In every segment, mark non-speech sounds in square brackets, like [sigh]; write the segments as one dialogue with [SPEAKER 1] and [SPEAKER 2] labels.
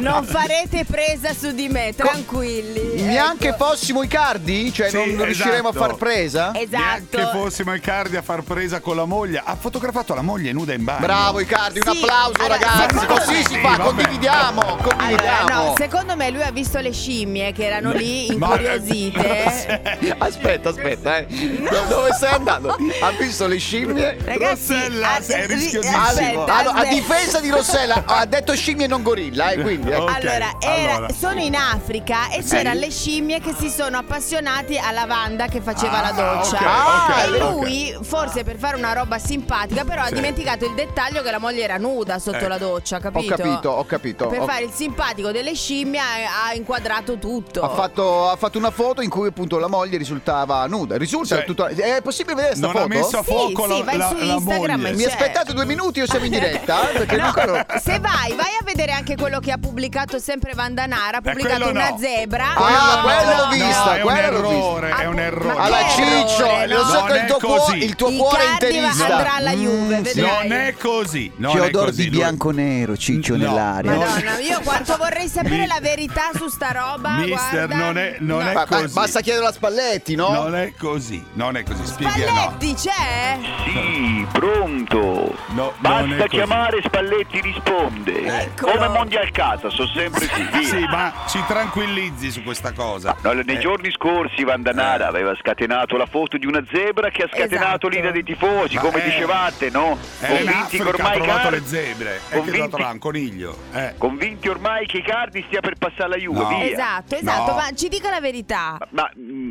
[SPEAKER 1] Non farete presa su di me, tranquilli.
[SPEAKER 2] Neanche
[SPEAKER 1] Ecco.
[SPEAKER 2] fossimo i cardi? Cioè
[SPEAKER 3] Sì,
[SPEAKER 2] non riusciremo a
[SPEAKER 3] esatto.
[SPEAKER 2] far presa?
[SPEAKER 3] Che
[SPEAKER 1] Esatto.
[SPEAKER 3] fossimo Icardi a far presa con la moglie. Ha fotografato la moglie nuda in bagno.
[SPEAKER 2] Bravo Icardi, un
[SPEAKER 1] Sì,
[SPEAKER 2] applauso
[SPEAKER 1] allora,
[SPEAKER 2] ragazzi,
[SPEAKER 1] secondo
[SPEAKER 2] così
[SPEAKER 1] me-
[SPEAKER 2] si
[SPEAKER 3] Sì,
[SPEAKER 2] fa,
[SPEAKER 3] vabbè.
[SPEAKER 2] condividiamo,
[SPEAKER 1] Allora,
[SPEAKER 2] condividiamo.
[SPEAKER 1] no, secondo me lui ha visto le scimmie che erano lì
[SPEAKER 3] diciamo. Ma- [laughs]
[SPEAKER 1] incuriosite.
[SPEAKER 2] Aspetta, aspetta, eh. Do- Dove stai andando? Ha visto le scimmie? Ah,
[SPEAKER 1] Ragazzi,
[SPEAKER 3] Rossella,
[SPEAKER 1] a-
[SPEAKER 3] sei
[SPEAKER 1] ri-
[SPEAKER 3] rischiosissimo.
[SPEAKER 1] aspetta,
[SPEAKER 2] Allora, a
[SPEAKER 1] aspetta.
[SPEAKER 2] difesa di Rossella ha detto scimmie e non gorilla, eh, quindi ecco.
[SPEAKER 3] Ok,
[SPEAKER 1] Allora, era-
[SPEAKER 3] allora.
[SPEAKER 1] sono in Africa e
[SPEAKER 3] Sì.
[SPEAKER 1] c'erano le scimmie che si sono appassionati a Lavanda che faceva
[SPEAKER 3] Ah,
[SPEAKER 1] la doccia.
[SPEAKER 3] ok,
[SPEAKER 2] ok,
[SPEAKER 1] e
[SPEAKER 3] ok.
[SPEAKER 1] lui, forse per fare una roba simpatica, però ha
[SPEAKER 3] Sì.
[SPEAKER 1] dimenticato il dettaglio che la moglie era nuda sotto
[SPEAKER 3] Ecco.
[SPEAKER 1] la doccia,
[SPEAKER 2] Ho
[SPEAKER 1] capito?
[SPEAKER 2] capito, ho capito.
[SPEAKER 1] Per
[SPEAKER 2] ho-
[SPEAKER 1] fare il simpatico delle scimmie ha, ha inquadrato tutto. [laughs]
[SPEAKER 2] Ha fatto, ha fatto una foto in cui appunto la moglie risultava nuda. Risulta
[SPEAKER 3] Cioè,
[SPEAKER 2] tutta- È possibile vedere sta
[SPEAKER 3] non ha
[SPEAKER 2] foto?
[SPEAKER 3] messo a
[SPEAKER 1] Sì,
[SPEAKER 3] fuoco
[SPEAKER 1] sì,
[SPEAKER 3] la,
[SPEAKER 1] vai
[SPEAKER 3] la-
[SPEAKER 1] su
[SPEAKER 3] la
[SPEAKER 1] Instagram
[SPEAKER 3] moglie.
[SPEAKER 1] e
[SPEAKER 2] Mi
[SPEAKER 1] Cioè-
[SPEAKER 2] aspettate due minuti o siamo in diretta? eh,
[SPEAKER 1] [laughs]
[SPEAKER 2] Perché
[SPEAKER 1] No,
[SPEAKER 2] ancora non-
[SPEAKER 1] se vai, vai a vedere anche quello che ha pubblicato sempre Vandanara. Ha pubblicato
[SPEAKER 3] Eh, quello
[SPEAKER 1] una
[SPEAKER 3] no.
[SPEAKER 1] zebra.
[SPEAKER 2] Ah,
[SPEAKER 1] No,
[SPEAKER 2] quella l'ho
[SPEAKER 1] no.
[SPEAKER 2] vista,
[SPEAKER 3] No, è un
[SPEAKER 2] quella l'ho
[SPEAKER 3] errore,
[SPEAKER 1] vista.
[SPEAKER 3] è un
[SPEAKER 1] Ah,
[SPEAKER 3] errore.
[SPEAKER 1] ma
[SPEAKER 2] Allora
[SPEAKER 1] che
[SPEAKER 2] Ciccio,
[SPEAKER 1] errore,
[SPEAKER 2] lo
[SPEAKER 1] no?
[SPEAKER 2] so che il tuo,
[SPEAKER 3] Non è
[SPEAKER 2] cuo-
[SPEAKER 3] così.
[SPEAKER 2] il tuo
[SPEAKER 1] Icardi
[SPEAKER 2] cuore è
[SPEAKER 1] va- andrà
[SPEAKER 2] interista. Mm,
[SPEAKER 1] alla Juve, vedrai.
[SPEAKER 3] Non è così. Non
[SPEAKER 2] C'è
[SPEAKER 3] è
[SPEAKER 2] odor
[SPEAKER 3] così.
[SPEAKER 2] di
[SPEAKER 3] Lui-
[SPEAKER 2] bianco-nero, Ciccio,
[SPEAKER 3] No,
[SPEAKER 2] nell'aria.
[SPEAKER 3] non-
[SPEAKER 1] Madonna, io quanto vorrei sapere
[SPEAKER 3] Mi-
[SPEAKER 1] la verità su sta roba.
[SPEAKER 3] Mister,
[SPEAKER 1] guarda.
[SPEAKER 3] non è- non è-
[SPEAKER 2] Ma- ma-
[SPEAKER 3] così.
[SPEAKER 2] basta chiedere a Spalletti, no?
[SPEAKER 3] Non è così. Non è così. Spieghi, no.
[SPEAKER 1] Spalletti c'è?
[SPEAKER 3] Oh,
[SPEAKER 4] Sì, pronto.
[SPEAKER 3] No, non è
[SPEAKER 4] Basta
[SPEAKER 3] così.
[SPEAKER 4] chiamare Spalletti risponde.
[SPEAKER 1] Eccolo.
[SPEAKER 4] Come Mondial Casa, sono sempre qui. via.
[SPEAKER 3] Sì, ma ci tranquillizzi su questa cosa.
[SPEAKER 4] No, nei
[SPEAKER 3] Eh,
[SPEAKER 4] giorni scorsi Vandanara aveva scatenato la foto di una zebra che ha scatenato
[SPEAKER 1] Esatto.
[SPEAKER 4] l'ira dei tifosi,
[SPEAKER 3] Ma
[SPEAKER 4] come
[SPEAKER 3] eh,
[SPEAKER 4] dicevate, no?
[SPEAKER 3] Era in eh, Africa, ha trovato
[SPEAKER 4] Icardi-
[SPEAKER 3] le zebre. E che
[SPEAKER 4] Convinti-
[SPEAKER 3] lo trova un coniglio. Eh.
[SPEAKER 4] convinti ormai che Icardi stia per passare la Juve,
[SPEAKER 3] No.
[SPEAKER 4] via.
[SPEAKER 1] Esatto, esatto,
[SPEAKER 3] No.
[SPEAKER 1] ma ci dica la verità.
[SPEAKER 4] Ma mh,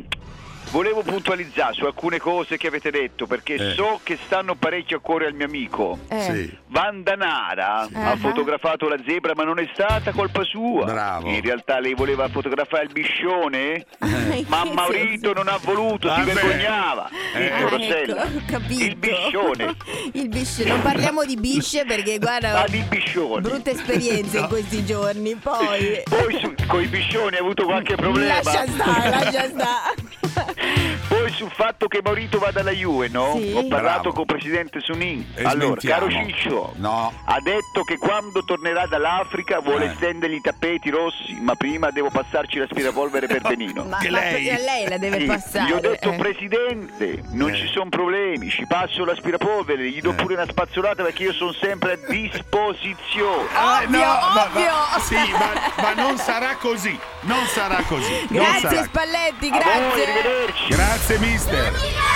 [SPEAKER 4] volevo puntualizzare su alcune cose che avete detto, perché
[SPEAKER 3] Eh.
[SPEAKER 4] so che stanno parecchio a cuore al mio amico.
[SPEAKER 1] Eh. [laughs]
[SPEAKER 3] Sì.
[SPEAKER 4] Vandanara ha
[SPEAKER 1] Ah.
[SPEAKER 4] fotografato la zebra ma non è stata colpa sua.
[SPEAKER 3] Bravo.
[SPEAKER 4] In realtà lei voleva fotografare il biscione,
[SPEAKER 1] In
[SPEAKER 4] ma
[SPEAKER 1] Ah, che
[SPEAKER 4] Maurito
[SPEAKER 1] senso?
[SPEAKER 4] non ha voluto, si
[SPEAKER 3] Vabbè.
[SPEAKER 4] vergognava.
[SPEAKER 3] Eh.
[SPEAKER 4] Ecco,
[SPEAKER 1] Ah,
[SPEAKER 4] Rossella,
[SPEAKER 1] ecco, ho capito.
[SPEAKER 4] il biscione.
[SPEAKER 1] [laughs] Il bisce, non parliamo di bisce perché guarda,
[SPEAKER 4] Ah, di biscioni.
[SPEAKER 1] brutte esperienze in questi giorni, poi
[SPEAKER 4] Poi su- con i biscioni ha avuto qualche [laughs] problema.
[SPEAKER 1] lascia stare, lascia stare.
[SPEAKER 4] Poi sul fatto che Maurito vada alla Juve, no?
[SPEAKER 1] Sì.
[SPEAKER 4] Ho parlato
[SPEAKER 3] Bravo.
[SPEAKER 4] con Presidente Sunin.
[SPEAKER 3] E
[SPEAKER 4] allora,
[SPEAKER 3] smentiamo.
[SPEAKER 4] caro Ciccio,
[SPEAKER 3] No.
[SPEAKER 4] ha detto che quando tornerà dall'Africa vuole
[SPEAKER 3] Eh.
[SPEAKER 4] stendere i tappeti rossi, ma prima devo passarci
[SPEAKER 3] [laughs]
[SPEAKER 4] l'aspirapolvere per Benino.
[SPEAKER 1] Ma,
[SPEAKER 3] Che
[SPEAKER 1] ma
[SPEAKER 3] lei-
[SPEAKER 1] perché a lei la deve
[SPEAKER 4] Sì,
[SPEAKER 1] passare.
[SPEAKER 4] Gli ho detto,
[SPEAKER 1] eh.
[SPEAKER 4] Presidente, non
[SPEAKER 3] Eh.
[SPEAKER 4] ci sono problemi, ci passo l'aspirapolvere, gli do
[SPEAKER 3] Eh.
[SPEAKER 4] pure una spazzolata perché io sono sempre a disposizione.
[SPEAKER 3] Ah,
[SPEAKER 1] Ovvio, ovvio.
[SPEAKER 3] Ma, sì, ma, ma non sarà così. Non sarà così. non
[SPEAKER 1] Grazie
[SPEAKER 3] sarà-
[SPEAKER 1] Spalletti,
[SPEAKER 4] A voi,
[SPEAKER 1] grazie.
[SPEAKER 4] arrivederci.
[SPEAKER 3] Grazie, mister.